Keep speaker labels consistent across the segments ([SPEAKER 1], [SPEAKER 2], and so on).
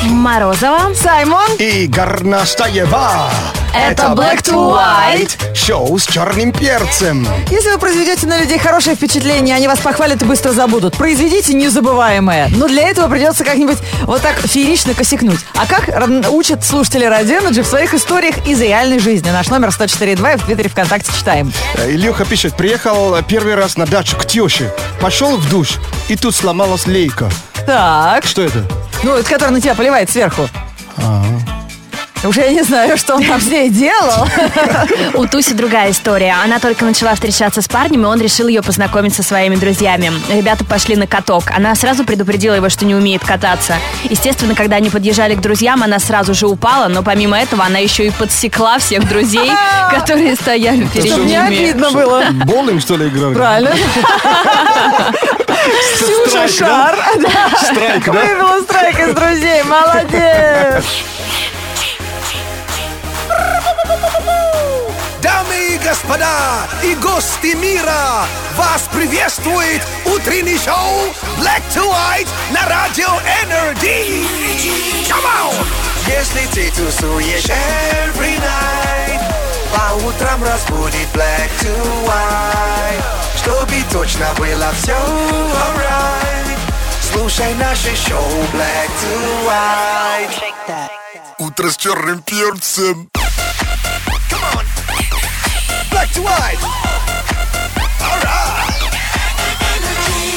[SPEAKER 1] Морозова.
[SPEAKER 2] Саймон.
[SPEAKER 3] И Горнастаева.
[SPEAKER 1] Это Black to White.
[SPEAKER 3] Шоу с черным перцем.
[SPEAKER 2] Если вы произведете на людей хорошее впечатление, они вас похвалят и быстро забудут. Произведите незабываемое. Но для этого придется как-нибудь вот так феерично косякнуть. А как р- учат слушатели Радионеджи в своих историях из реальной жизни? Наш номер 104.2 и в Твиттере ВКонтакте читаем.
[SPEAKER 3] Э, Илюха пишет, приехал э, первый раз на дачу к теще. Пошел в душ, и тут сломалась лейка.
[SPEAKER 2] Так,
[SPEAKER 3] Что это?
[SPEAKER 2] ну, это который на тебя поливает сверху. Уже я не знаю, что он там с ней делал.
[SPEAKER 1] У Туси другая история. Она только начала встречаться с парнем, и он решил ее познакомить со своими друзьями. Ребята пошли на каток. Она сразу предупредила его, что не умеет кататься. Естественно, когда они подъезжали к друзьям, она сразу же упала, но помимо этого она еще и подсекла всех друзей, которые стояли перед
[SPEAKER 2] Чтобы не
[SPEAKER 1] ними.
[SPEAKER 2] обидно было.
[SPEAKER 3] Боулинг, что ли, играли?
[SPEAKER 2] Правильно. Ксюша
[SPEAKER 3] Страйк, да?
[SPEAKER 2] Шар. да.
[SPEAKER 3] Страйк, да?
[SPEAKER 2] Вывела страйк из друзей. Молодец.
[SPEAKER 4] Дамы и господа и гости мира, вас приветствует утренний шоу Black to White на Радио Energy. Come on! Если ты тусуешь every night, по утрам разбудит Black to White, чтобы точно было все alright. Слушай наше шоу Black to White. Утро с черным перцем. Come on. Black to white.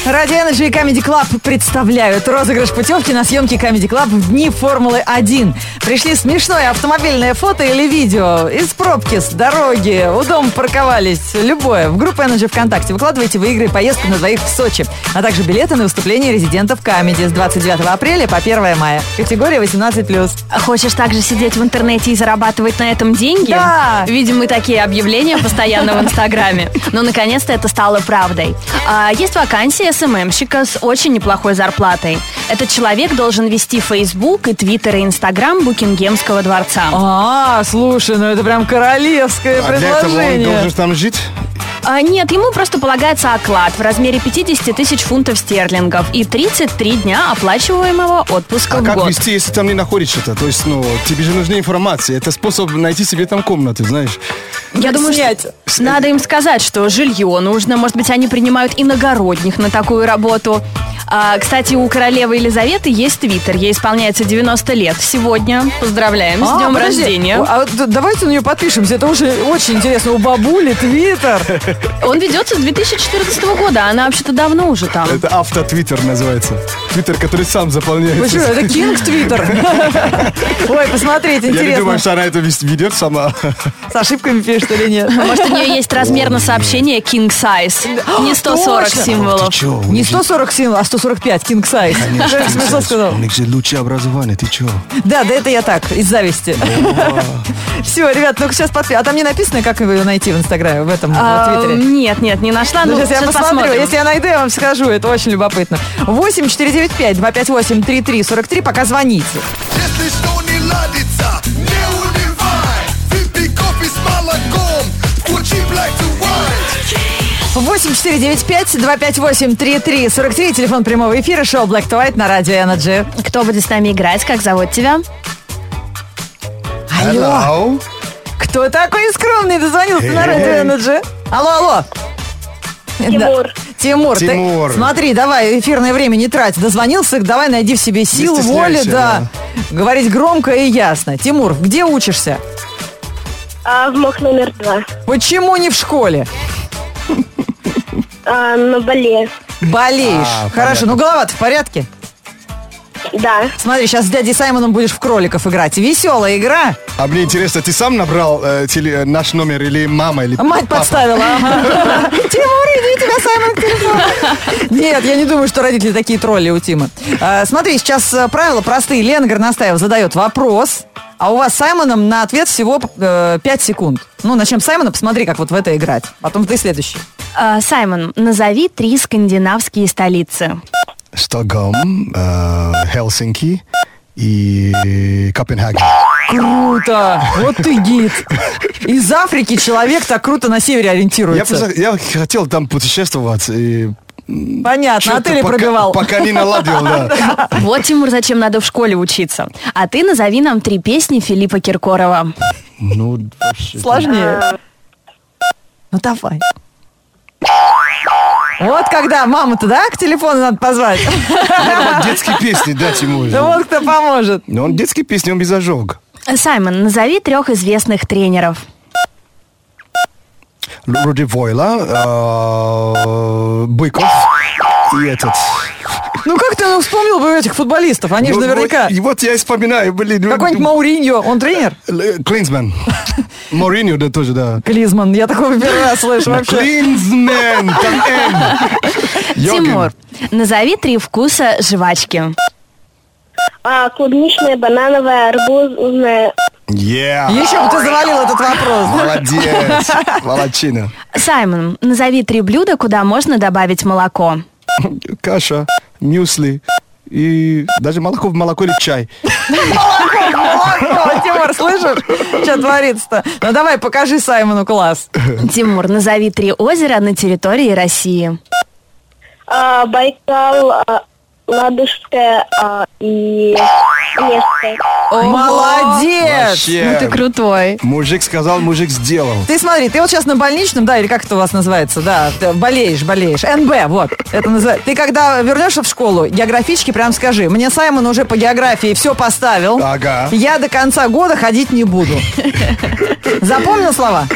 [SPEAKER 2] Ради Energy и Comedy Club представляют розыгрыш путевки на съемки Comedy Club в дни Формулы-1. Пришли смешное автомобильное фото или видео из пробки, с дороги, у дома парковались, любое. В группу Energy ВКонтакте выкладывайте вы игры и поездку на двоих в Сочи, а также билеты на выступление резидентов Comedy с 29 апреля по 1 мая. Категория 18+.
[SPEAKER 1] Хочешь также сидеть в интернете и зарабатывать на этом деньги?
[SPEAKER 2] Да.
[SPEAKER 1] Видим мы такие объявления постоянно в Инстаграме. Но, наконец-то, это стало правдой. А, есть вакансия СММщика с очень неплохой зарплатой. Этот человек должен вести Facebook и Twitter и Инстаграм Букингемского дворца.
[SPEAKER 2] А, слушай, ну это прям королевское
[SPEAKER 3] А для этого он
[SPEAKER 2] предложение.
[SPEAKER 3] должен там жить?
[SPEAKER 1] А, нет, ему просто полагается оклад в размере 50 тысяч фунтов стерлингов и 33 дня оплачиваемого отпуска
[SPEAKER 3] А
[SPEAKER 1] в
[SPEAKER 3] как
[SPEAKER 1] год.
[SPEAKER 3] вести, если там не находишься-то? То есть, ну, тебе же нужна информация. Это способ найти себе там комнату, знаешь.
[SPEAKER 1] Я думаю,
[SPEAKER 2] Снять.
[SPEAKER 1] что надо им сказать, что жилье нужно. Может быть, они принимают иногородних на такую работу. А, кстати, у королевы Елизаветы есть твиттер. Ей исполняется 90 лет сегодня. Поздравляем с
[SPEAKER 2] А,
[SPEAKER 1] днем
[SPEAKER 2] подожди.
[SPEAKER 1] рождения.
[SPEAKER 2] А вот д- давайте на нее подпишемся. Это уже очень интересно. У бабули твиттер.
[SPEAKER 1] а, Он ведется с 2014 года. Она вообще-то давно уже там.
[SPEAKER 3] Это автотвиттер называется. Твиттер, который сам заполняется.
[SPEAKER 2] Вы что, это кинг твиттер? Ой, посмотрите,
[SPEAKER 3] Я не
[SPEAKER 2] интересно.
[SPEAKER 3] думаю, что она это вис- ведет сама.
[SPEAKER 2] С ошибками пишет или нет.
[SPEAKER 1] Может, у нее есть размер на сообщение king size. Не 140
[SPEAKER 2] Точно.
[SPEAKER 1] символов.
[SPEAKER 3] чё?
[SPEAKER 2] Не 140 символов, а 145 кинг сайз. Смешно сказал.
[SPEAKER 3] них же лучшее образование, ты чё?
[SPEAKER 2] Да, да это я так, из зависти. Все, ребят, ну-ка сейчас подпишем. А там не написано, как его найти в Инстаграме, в этом, в
[SPEAKER 1] А,
[SPEAKER 2] Твиттере?
[SPEAKER 1] Нет, нет, не нашла.
[SPEAKER 2] Ну,
[SPEAKER 1] но
[SPEAKER 2] сейчас я
[SPEAKER 1] сейчас
[SPEAKER 2] посмотрю.
[SPEAKER 1] посмотрим.
[SPEAKER 2] Если я найду, я вам скажу. Это очень любопытно. 8 495 258 3343. Пока звоните.
[SPEAKER 4] Если что не ладится, не унывай. Выпей кофе с молоком, включи Black to White.
[SPEAKER 2] 8495-258-3343. Телефон прямого эфира. Шоу Black to White на радио Energy.
[SPEAKER 1] Кто будет с нами играть? Как зовут тебя?
[SPEAKER 2] Алло. Кто такой скромный дозвонился на радио Energy? Алло, алло. Тимур. Тимур, ты-
[SPEAKER 3] Тимур.
[SPEAKER 2] смотри, давай, эфирное время не трать. Дозвонился, давай найди в себе сил, воли,
[SPEAKER 3] стесняйся,
[SPEAKER 2] да. Говорить громко и ясно. Тимур, где учишься?
[SPEAKER 5] А, в МОК номер два.
[SPEAKER 2] Почему не в школе?
[SPEAKER 5] А, на Бали.
[SPEAKER 2] Болеешь.
[SPEAKER 3] А,
[SPEAKER 2] Хорошо, ну голова-то в порядке?
[SPEAKER 5] Да.
[SPEAKER 2] Смотри, сейчас с дядей Саймоном будешь в кроликов играть. Веселая игра.
[SPEAKER 3] А мне интересно, ты сам набрал э, теле- наш номер или мама, или
[SPEAKER 2] Мать
[SPEAKER 3] папа?
[SPEAKER 2] подставила. ага. Тимур, иди, тебя Саймон к телефону. Нет, я не думаю, что родители такие тролли у Тима. Э, Смотри, сейчас э, правила простые. Лена Горностаева задает вопрос, а у вас с Саймоном на ответ всего 5 секунд. Ну, начнем с Саймона, посмотри, как вот в это играть. Потом ты следующий.
[SPEAKER 1] А, Саймон, назови три скандинавские столицы.
[SPEAKER 3] Стокгольм, э, Хелсинки и Копенгаген.
[SPEAKER 2] Круто! Вот ты гид. Из Африки человек так круто на севере
[SPEAKER 3] Я,
[SPEAKER 2] ориентируется.
[SPEAKER 3] просто- я хотел там путешествовать, и
[SPEAKER 2] Понятно, а
[SPEAKER 3] Чё-то
[SPEAKER 2] ты ли
[SPEAKER 3] пока-
[SPEAKER 2] пробивал?
[SPEAKER 3] Пока не наладил, да.
[SPEAKER 1] Вот, Тимур, зачем надо в школе учиться. А ты назови нам три песни Филиппа Киркорова.
[SPEAKER 3] Ну, вообще.
[SPEAKER 2] Сложнее. Ну давай. Вот когда маму-то, да, к телефону надо позвать.
[SPEAKER 3] Вот детские песни, да, Тимур?
[SPEAKER 2] Да вот кто поможет.
[SPEAKER 3] Но он детские песни, он без ожога.
[SPEAKER 1] Саймон, назови трех известных тренеров.
[SPEAKER 3] Руди Войла, э, Быков и этот.
[SPEAKER 2] Ну как ты ну, вспомнил бы этих футболистов? Они же
[SPEAKER 3] Ну,
[SPEAKER 2] наверняка...
[SPEAKER 3] вот- И вот я и вспоминаю, блин. ну,
[SPEAKER 2] Какой-нибудь Мауриньо, он тренер?
[SPEAKER 3] Л- Клинзман. Мориньо, да, тоже, да.
[SPEAKER 2] Клизман, я такого первый раз слышу
[SPEAKER 3] Ну,
[SPEAKER 2] вообще.
[SPEAKER 3] Клинзмен, там М. Йоген.
[SPEAKER 1] Тимур, назови три вкуса жвачки.
[SPEAKER 5] А, клубничная, банановая, арбузная.
[SPEAKER 3] Yeah.
[SPEAKER 2] Еще бы ты завалил этот вопрос.
[SPEAKER 3] Молодец. Молодчина.
[SPEAKER 1] Саймон, назови три блюда, куда можно добавить молоко.
[SPEAKER 3] Каша, мюсли и даже молоко в молоко или чай.
[SPEAKER 2] Молоко, Тимур, слышишь, что творится-то? Ну давай, покажи Саймону класс.
[SPEAKER 1] Тимур, назови три озера на территории России.
[SPEAKER 5] А, Байкал, а, Ладожская а, и Невская.
[SPEAKER 2] Молодец!
[SPEAKER 3] Вообще.
[SPEAKER 1] Ну ты крутой.
[SPEAKER 3] Мужик сказал, мужик сделал.
[SPEAKER 2] Ты смотри, ты вот сейчас на больничном, да, или как это у вас называется, да, ты болеешь, болеешь. НБ, вот, это называется. Ты когда вернешься в школу, географички прям скажи, мне Саймон уже по географии все поставил,
[SPEAKER 3] Ага.
[SPEAKER 2] я до конца года ходить не буду. Запомнил слова?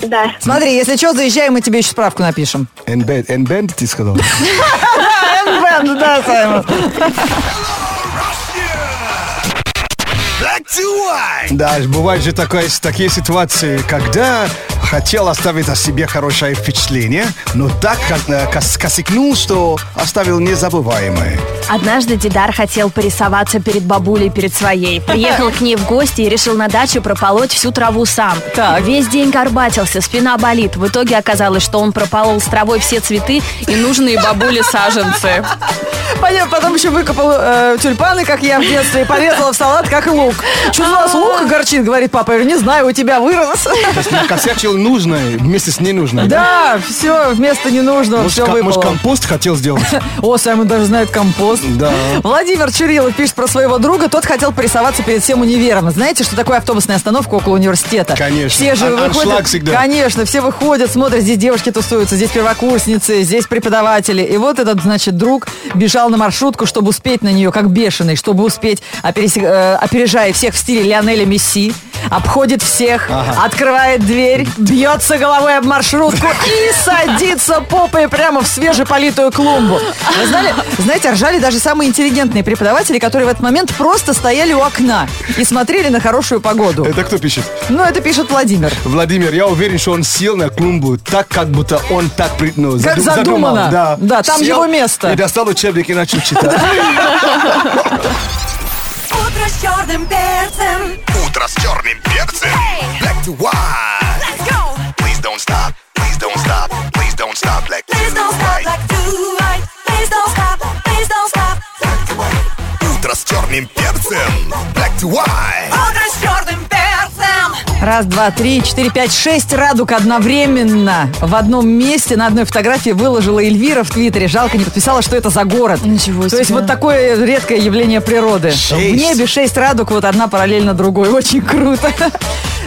[SPEAKER 5] Да.
[SPEAKER 2] Смотри, если что, заезжай, мы тебе еще справку напишем.
[SPEAKER 3] Энбенд, энбенд ты сказал?
[SPEAKER 2] НБ, ну да, Саймон.
[SPEAKER 4] Black to white.
[SPEAKER 3] Да, бывают же такое- такие ситуации, когда хотел оставить о себе хорошее впечатление, но так э, кос- косякнул, что оставил незабываемое.
[SPEAKER 1] Однажды Дидар хотел порисоваться перед бабулей, перед своей. Приехал к ней в гости и решил на дачу прополоть всю траву сам.
[SPEAKER 2] Так.
[SPEAKER 1] Весь день горбатился, спина болит. В итоге оказалось, что он прополол с травой все цветы и нужные бабуле саженцы.
[SPEAKER 2] Понятно, потом еще выкопал э, тюльпаны, как я в детстве, и порезала в салат, как лук. Что у вас лук горчит, говорит папа. Я говорю, не знаю, у тебя вырос.
[SPEAKER 3] Косячил нужное вместе с ненужным.
[SPEAKER 2] Да, все, вместо ненужного
[SPEAKER 3] Может,
[SPEAKER 2] все
[SPEAKER 3] ко- может,
[SPEAKER 2] выпало.
[SPEAKER 3] компост хотел сделать?
[SPEAKER 2] О, Саймон даже знает компост.
[SPEAKER 3] Да.
[SPEAKER 2] Владимир Чурилов пишет про своего друга. Тот хотел порисоваться перед всем универом. Знаете, что такое автобусная остановка около университета?
[SPEAKER 3] Конечно.
[SPEAKER 2] Все же
[SPEAKER 3] Ан-
[SPEAKER 2] выходят.
[SPEAKER 3] аншлаг всегда.
[SPEAKER 2] Конечно, все выходят, смотрят, здесь девушки тусуются, здесь первокурсницы, здесь преподаватели. И вот этот, значит, друг бежал на маршрутку, чтобы успеть на нее, как бешеный, чтобы успеть, оперес- э, опережая всех в стиле Лионеля Месси, обходит всех, открывает дверь, бьется головой об маршрутку и садится попой прямо в свежеполитую клумбу. Вы знали, знаете, ржали даже самые интеллигентные преподаватели, которые в этот момент просто стояли у окна и смотрели на хорошую погоду.
[SPEAKER 3] Это кто пишет?
[SPEAKER 2] Ну, это пишет Владимир.
[SPEAKER 3] Владимир, я уверен, что он сел на клумбу так, как будто он так при- ну,
[SPEAKER 2] Как
[SPEAKER 3] заду-
[SPEAKER 2] задумано.
[SPEAKER 3] задумал, Да.
[SPEAKER 2] Да, там
[SPEAKER 3] Сел
[SPEAKER 2] его место.
[SPEAKER 3] И достал учебник и начал читать.
[SPEAKER 6] Утро с черным перцем.
[SPEAKER 4] Утро с черным перцем. Black to white.
[SPEAKER 6] Let's go.
[SPEAKER 4] Please don't stop. Please don't stop. Please don't stop. Black to
[SPEAKER 6] Please don't stop
[SPEAKER 4] white.
[SPEAKER 6] like two right. Please don't stop. Please don't stop.
[SPEAKER 4] Утро с черным перцем. Black to white.
[SPEAKER 6] Утро с черным перцем.
[SPEAKER 2] Раз, два, три, четыре, пять, шесть радуг одновременно в одном месте на одной фотографии выложила Эльвира в Твиттере. Жалко, не подписала, что это за город.
[SPEAKER 1] Ничего
[SPEAKER 2] То есть
[SPEAKER 1] себе.
[SPEAKER 2] вот такое редкое явление природы. В небе шесть радуг, вот одна параллельно другой. Очень круто.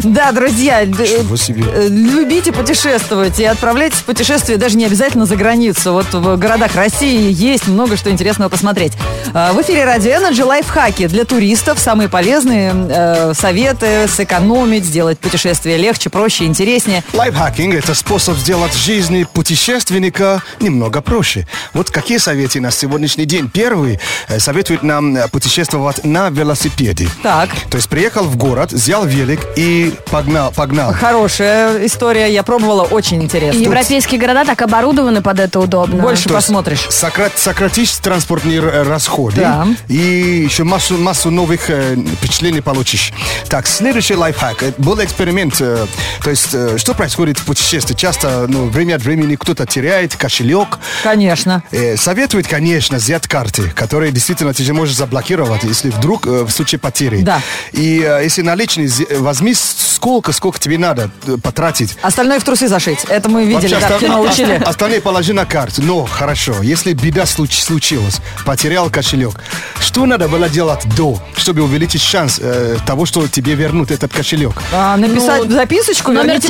[SPEAKER 2] Да, друзья, д-
[SPEAKER 3] Ничего себе.
[SPEAKER 2] э, любите путешествовать и отправляйтесь в путешествие даже не обязательно за границу. Вот в городах России есть много что интересного посмотреть. Э, В эфире Радио Energy лайфхаки для туристов. Самые полезные э, советы сэкономить, сделать путешествие легче, проще, интереснее.
[SPEAKER 3] Лайфхакинг – это способ сделать жизнь путешественника немного проще. Вот какие советы на сегодняшний день. Первый э, советует нам э, путешествовать на велосипеде.
[SPEAKER 2] Так.
[SPEAKER 3] То есть приехал в город, взял велик и погнал. погнал.
[SPEAKER 2] Хорошая история, я пробовала, очень
[SPEAKER 1] И
[SPEAKER 2] интересно.
[SPEAKER 1] европейские города так оборудованы под это удобно.
[SPEAKER 2] Больше
[SPEAKER 3] То есть
[SPEAKER 2] посмотришь.
[SPEAKER 3] сократ- сократишь транспортные э, расходы.
[SPEAKER 2] Да.
[SPEAKER 3] И еще массу, массу новых э, впечатлений получишь. Так, следующий лайфхак. э, Был был эксперимент. э, То есть, э, что происходит в путешествии? Часто, ну, время от времени кто-то теряет кошелек.
[SPEAKER 2] Конечно.
[SPEAKER 3] Э, Советует, конечно, взять карты, которые действительно ты же можешь заблокировать, если вдруг э, в случае потери.
[SPEAKER 2] Да.
[SPEAKER 3] И э, если наличные, зе- возьми сколько, сколько тебе надо э, потратить.
[SPEAKER 2] Остальное в трусы зашить. Это мы видели,
[SPEAKER 3] Вообще,
[SPEAKER 2] да, в
[SPEAKER 3] остан-
[SPEAKER 2] кино учили.
[SPEAKER 3] ост- Остальные положи на карту. Но хорошо, если беда случ- случилась, потерял кошелек, что надо было делать до, чтобы увеличить шанс э, того, что тебе вернут этот кошелек?
[SPEAKER 2] А, написать
[SPEAKER 1] Ну,
[SPEAKER 2] записочку,
[SPEAKER 1] Номер
[SPEAKER 2] верните,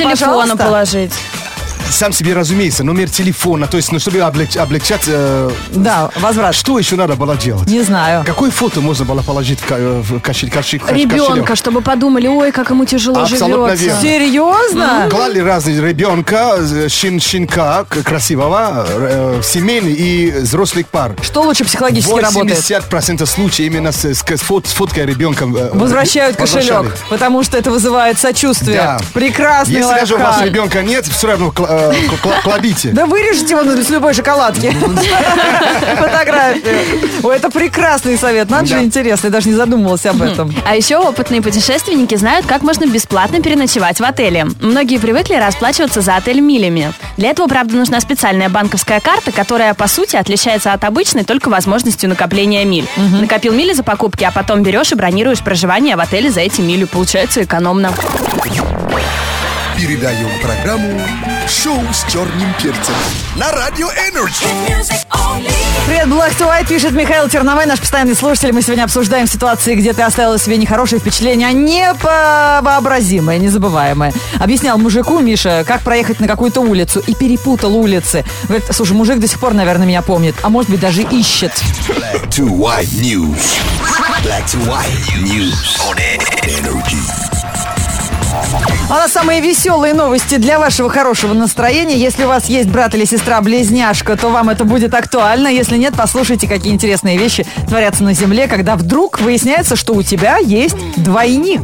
[SPEAKER 2] пожалуйста.
[SPEAKER 1] телефона положить.
[SPEAKER 3] Сам себе, разумеется, номер телефона, то есть, ну, чтобы облег- облегчать... э,
[SPEAKER 2] Да, возврат.
[SPEAKER 3] что еще надо было делать?
[SPEAKER 2] Не знаю.
[SPEAKER 3] Какое фото можно было положить в ка- в кошель- кошель- кошелек?
[SPEAKER 1] Ребенка, чтобы подумали, ой, как ему тяжело
[SPEAKER 3] Абсолютно
[SPEAKER 1] живется.
[SPEAKER 3] верно.
[SPEAKER 2] Серьезно?
[SPEAKER 3] Клали разные ребенка, э, щен- щенка к- красивого, э, семейный и взрослых пар.
[SPEAKER 2] Что лучше психологически работает?
[SPEAKER 3] 80% случаев именно с, с- с фот- с фоткой ребенка. э,
[SPEAKER 2] Возвращают
[SPEAKER 3] возвращали.
[SPEAKER 2] кошелек, потому что это вызывает сочувствие.
[SPEAKER 3] Да.
[SPEAKER 2] Прекрасный
[SPEAKER 3] Если даже у вас
[SPEAKER 2] лайфхак.
[SPEAKER 3] ребенка нет, все равно кла- э, кла- кла- кладите.
[SPEAKER 2] Да вырежете его с любой шоколадки.
[SPEAKER 3] Ну,
[SPEAKER 2] Фотографию. Ой, это прекрасный совет. Надо же,
[SPEAKER 3] Да.
[SPEAKER 2] интересно. Я даже не задумывалась об этом.
[SPEAKER 1] А еще опытные путешественники знают, как можно бесплатно переночевать в отеле. Многие привыкли расплачиваться за отель милями. Для этого, правда, нужна специальная банковская карта, которая, по сути, отличается от обычной только возможностью накопления миль. Накопил мили за покупки, а потом берешь и бронируешь проживание в отеле за эти мили. Получается экономно.
[SPEAKER 4] Передаем программу «Шоу с черным перцем» на Радио Энерджи.
[SPEAKER 6] Music only.
[SPEAKER 2] Привет, Black to White, пишет Михаил Терновой, наш постоянный слушатель. Мы сегодня обсуждаем ситуации, где ты оставила себе нехорошее впечатление, а невообразимое, незабываемое. Объяснял мужику, Миша, как проехать на какую-то улицу, и перепутал улицы. Говорит, слушай, мужик до сих пор, наверное, меня помнит, а может быть, даже ищет.
[SPEAKER 4] Black to white news. Black to white news on Energy.
[SPEAKER 2] А у нас самые веселые новости для вашего хорошего настроения. Если у вас есть брат или сестра-близняшка, то вам это будет актуально. Если нет, послушайте, какие интересные вещи творятся на Земле, когда вдруг выясняется, что у тебя есть двойник.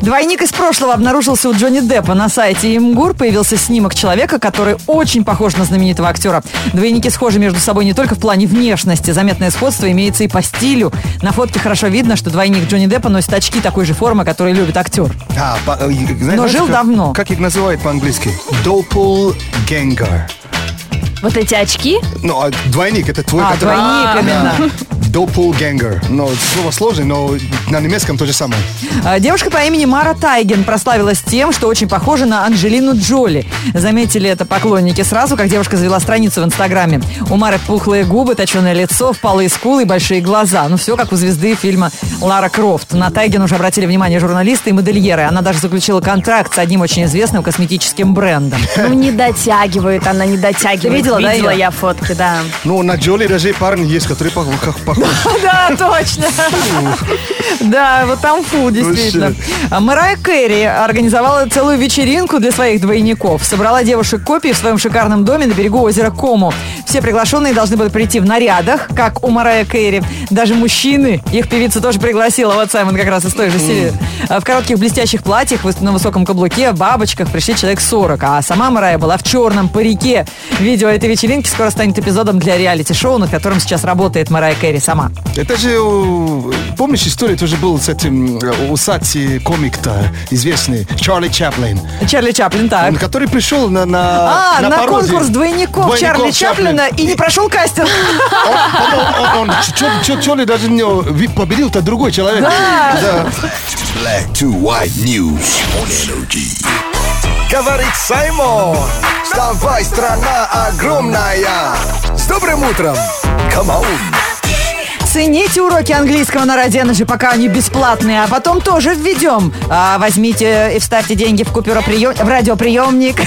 [SPEAKER 2] Двойник из прошлого обнаружился у Джонни Деппа. На сайте Имгур появился снимок человека, который очень похож на знаменитого актера. Двойники схожи между собой не только в плане внешности. Заметное сходство имеется и по стилю. На фотке хорошо видно, что двойник Джонни Деппа носит очки такой же формы, которые любит актер.
[SPEAKER 3] А, по- э, и- знаешь,
[SPEAKER 2] Но
[SPEAKER 3] знаешь,
[SPEAKER 2] жил
[SPEAKER 3] как-
[SPEAKER 2] давно.
[SPEAKER 3] Как их называют по-английски? Doppelganger.
[SPEAKER 1] Вот эти очки,
[SPEAKER 3] Ну, а двойник, это твой,
[SPEAKER 2] А,
[SPEAKER 3] который-
[SPEAKER 2] двойник
[SPEAKER 3] Да.
[SPEAKER 2] именно.
[SPEAKER 3] Doppelganger. Но слово сложное, но на немецком то же самое.
[SPEAKER 2] А, Девушка по имени Мара Тайген прославилась тем, что очень похожа на Анджелину Джоли. Заметили это поклонники сразу, как девушка завела страницу в Инстаграме. У Мары пухлые губы, точеное лицо, впалые скулы и большие глаза. Ну, все как у звезды фильма Лара Крофт. На Тайген уже обратили внимание журналисты и модельеры. Она даже заключила контракт с одним очень известным косметическим брендом.
[SPEAKER 1] ну не дотягивает она, не дотягивает.
[SPEAKER 2] Ты видела, да,
[SPEAKER 1] Видела
[SPEAKER 2] её?
[SPEAKER 1] я фотки, да.
[SPEAKER 3] Ну, на Джоли даже парни есть, которые пох- как похожи.
[SPEAKER 2] Да, точно. Да, вот там фу, действительно. А Мэрайя Кэрри организовала целую вечеринку для своих двойников. Собрала девушек копии в своем шикарном доме на берегу озера Кому. Все приглашенные должны были прийти в нарядах, как у Мэрайя Кэрри. Даже мужчины. Их певица тоже пригласила. Вот Саймон как раз из той же серии. А В коротких блестящих платьях, выс- на высоком каблуке, в бабочках пришли человек 40. А сама Мэрайя была в черном парике. Видео этой вечеринки скоро станет эпизодом для реалити-шоу, над которым сейчас работает Мэрайя Кэрри сама.
[SPEAKER 3] Это же, у- помнишь, история тоже была с этим э, усатый комик-то известный, Чарли Чаплин,
[SPEAKER 2] Чарли Чаплин, так.
[SPEAKER 3] он, который пришел на на
[SPEAKER 2] А, на,
[SPEAKER 3] пародию.
[SPEAKER 2] конкурс двойников, Чарли Чаплина и не прошел кастинг.
[SPEAKER 3] Он, он- он- он чё- чё- чё ли даже не ви- победил-то другой человек. Да.
[SPEAKER 4] Black to white news on Energy. Говорит Саймон, вставай, страна огромная. С добрым утром. Come on.
[SPEAKER 2] Цените уроки английского на же, пока они бесплатные, а потом тоже введем. А, возьмите и вставьте деньги в купюроприем... в радиоприемник.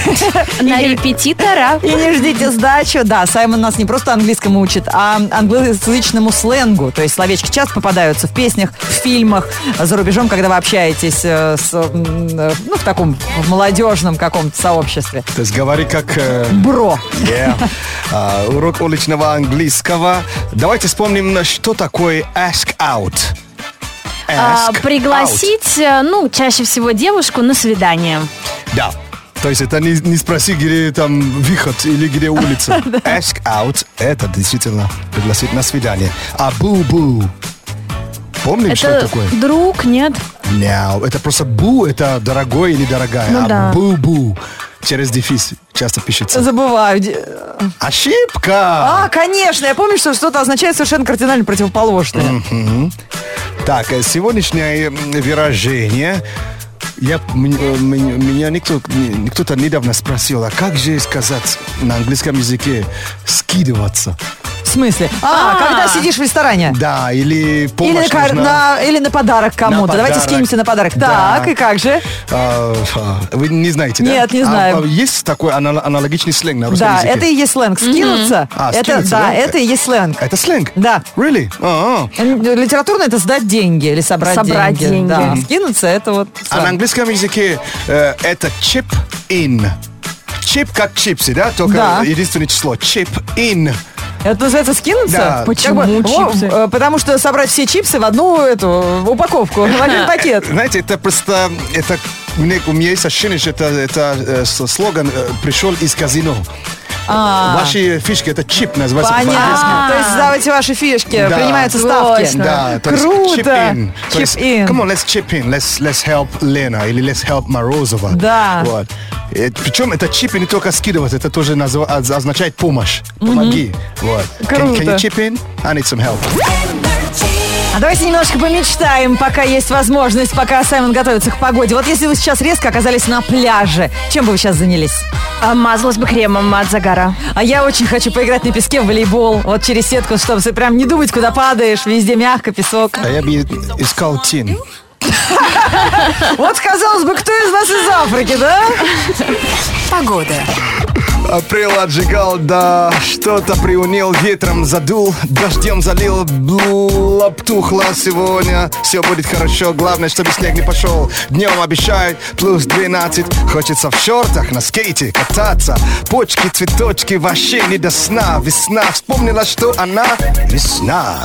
[SPEAKER 1] На репетитора.
[SPEAKER 2] И не ждите сдачу. Да, Саймон нас не просто английскому учит, а англоязычному сленгу. То есть словечки часто попадаются в песнях, в фильмах, за рубежом, когда вы общаетесь э, с, м, э, ну, в таком в молодежном каком-то сообществе.
[SPEAKER 3] То есть говори как... э,
[SPEAKER 2] Бро.
[SPEAKER 3] Yeah. А, урок уличного английского. Давайте вспомним, что такое ask out.
[SPEAKER 1] А,
[SPEAKER 3] Ask
[SPEAKER 1] пригласить, э, ну, чаще всего девушку на свидание.
[SPEAKER 3] out. Да. То есть это не, не спроси, где там выход или где улица. Ask out – это действительно пригласить на свидание. А бу-бу. Помним, что
[SPEAKER 1] это
[SPEAKER 3] такое?
[SPEAKER 1] друг, нет?
[SPEAKER 3] мяу. Это просто бу, это дорогой или дорогая.
[SPEAKER 1] Ну
[SPEAKER 3] а
[SPEAKER 1] да.
[SPEAKER 3] бу-бу через дефис часто пишется.
[SPEAKER 2] Забываю. Де-
[SPEAKER 3] Ошибка!
[SPEAKER 2] А, конечно, я помню, что что-то означает совершенно кардинально противоположное.
[SPEAKER 3] Так, э, сегодняшнее м, выражение. Я, м, э, м, меня никто, м, кто-то недавно спросил, а как же сказать на английском языке «скидываться»?
[SPEAKER 2] В смысле? А,
[SPEAKER 1] А.
[SPEAKER 2] когда сидишь в ресторане.
[SPEAKER 3] Да, или
[SPEAKER 2] Или
[SPEAKER 3] помощь
[SPEAKER 2] на, кар-
[SPEAKER 3] нужна.
[SPEAKER 2] на- или на подарок кому-то. Давайте
[SPEAKER 3] подарок.
[SPEAKER 2] скинемся на подарок.
[SPEAKER 3] Да.
[SPEAKER 2] Так, и как же?
[SPEAKER 3] А, а, Вы не знаете, да?
[SPEAKER 2] Нет, не знаю.
[SPEAKER 3] А, а, Есть такой анал- аналогичный сленг на русском
[SPEAKER 2] Да,
[SPEAKER 3] языке?
[SPEAKER 2] это и есть сленг. Скинуться.
[SPEAKER 3] А,
[SPEAKER 2] это,
[SPEAKER 3] скинуться,
[SPEAKER 2] да,
[SPEAKER 3] да?
[SPEAKER 2] это и есть сленг.
[SPEAKER 3] Это сленг?
[SPEAKER 2] Да.
[SPEAKER 3] Really? А,
[SPEAKER 2] Э, Литературно это сдать деньги или собрать,
[SPEAKER 1] Собрать деньги.
[SPEAKER 2] Да.
[SPEAKER 1] Мгм.
[SPEAKER 2] Скинуться это вот.
[SPEAKER 3] А на
[SPEAKER 2] сленг.
[SPEAKER 3] английском языке э, это chip in. Чип как чипсы, да? Только
[SPEAKER 2] Да.
[SPEAKER 3] единственное число. Chip in.
[SPEAKER 2] Это называется скинуться?
[SPEAKER 3] Да.
[SPEAKER 1] Почему
[SPEAKER 2] Как бы, о,
[SPEAKER 1] чипсы?
[SPEAKER 2] э, потому что собрать все чипсы в одну эту упаковку, в один пакет.
[SPEAKER 3] Знаете, это просто... Это, мне- у меня есть ощущение, что это, это э, с- слоган э, пришел из казино.
[SPEAKER 2] А.
[SPEAKER 3] Ваши фишки, это чип называется по-английски.
[SPEAKER 2] Понятно. То есть давайте ваши фишки,
[SPEAKER 3] Да.
[SPEAKER 2] принимаются ставки.
[SPEAKER 1] Точно.
[SPEAKER 3] Да, то есть
[SPEAKER 2] Круто.
[SPEAKER 3] uh, chip in. То есть,
[SPEAKER 2] Chip in.
[SPEAKER 3] Come on, let's chip in. Let's, let's help Лена или let's help Морозова.
[SPEAKER 2] Да.
[SPEAKER 3] Вот. Э, Причем это chip in не только скидывать, это тоже назва- оз- означает помощь. Помоги. Вот. Can, can you
[SPEAKER 2] Круто.
[SPEAKER 3] chip in? I need some help.
[SPEAKER 2] А давайте немножко помечтаем, пока есть возможность, пока Саймон готовится к погоде. Вот если вы сейчас резко оказались на пляже, чем бы вы сейчас занялись?
[SPEAKER 1] А, Мазалась бы кремом от загара.
[SPEAKER 2] А я очень хочу поиграть на песке в волейбол, вот через сетку, чтобы ты прям не думать, куда падаешь, везде мягко, песок.
[SPEAKER 3] А я бы искал тин.
[SPEAKER 2] Вот, казалось бы, кто из нас из Африки, да?
[SPEAKER 3] Апрель отжигал, да, что-то приунил, ветром задул, дождем залил, бл- обтухло сегодня. Все будет хорошо, главное, чтобы снег не пошел. Днем обещают плюс 12, хочется в шортах на скейте кататься. Почки, цветочки, вообще не до сна. Весна вспомнила, что она весна.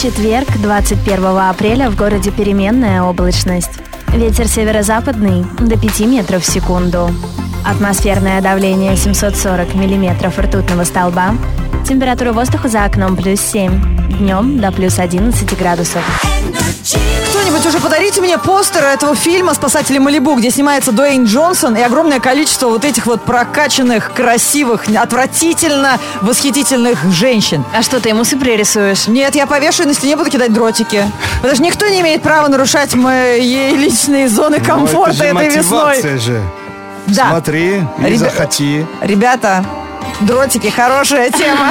[SPEAKER 1] Четверг, 21 апреля, в городе переменная облачность. Ветер северо-западный до 5 метров в секунду. Атмосферное давление 740 миллиметров ртутного столба. Температура воздуха за окном плюс 7. Днем до плюс 11 градусов.
[SPEAKER 2] Кто-нибудь уже подарите мне постер этого фильма «Спасатели Малибу», где снимается Дуэйн Джонсон и огромное количество вот этих вот прокачанных, красивых, отвратительно восхитительных женщин.
[SPEAKER 1] А что ты ему супры рисуешь?
[SPEAKER 2] Нет, я повешу и на стене буду кидать дротики. Потому что никто не имеет права нарушать мои личные зоны комфорта
[SPEAKER 3] Ну,
[SPEAKER 2] этой
[SPEAKER 3] это же
[SPEAKER 2] весной.
[SPEAKER 3] мотивация же.
[SPEAKER 2] Да.
[SPEAKER 3] Смотри и
[SPEAKER 2] Ребя-
[SPEAKER 3] захоти.
[SPEAKER 2] Ребята, дротики хорошая тема.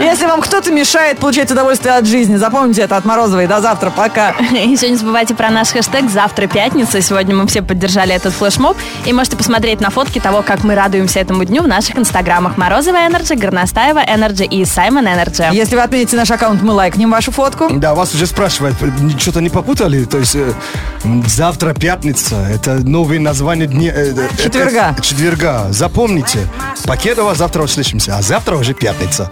[SPEAKER 2] Если вам кто-то мешает получать удовольствие от жизни, запомните это от Морозова и до завтра. Пока.
[SPEAKER 1] Еще не забывайте про наш хэштег «Завтра пятница». Сегодня мы все поддержали этот флешмоб. И можете посмотреть на фотки того, как мы радуемся этому дню в наших инстаграмах. Морозова Энерджи, Горностаева Энерджи и Саймон Энерджи.
[SPEAKER 2] Если вы отмените наш аккаунт, мы лайкнем вашу фотку.
[SPEAKER 3] Да, вас уже спрашивают, м, что-то не попутали? То есть э, м, завтра пятница, это новые названия дня. э, э, э,
[SPEAKER 2] Четверга.
[SPEAKER 3] э, четверга, запомните. Покедова завтра услышимся, а завтра уже пятница.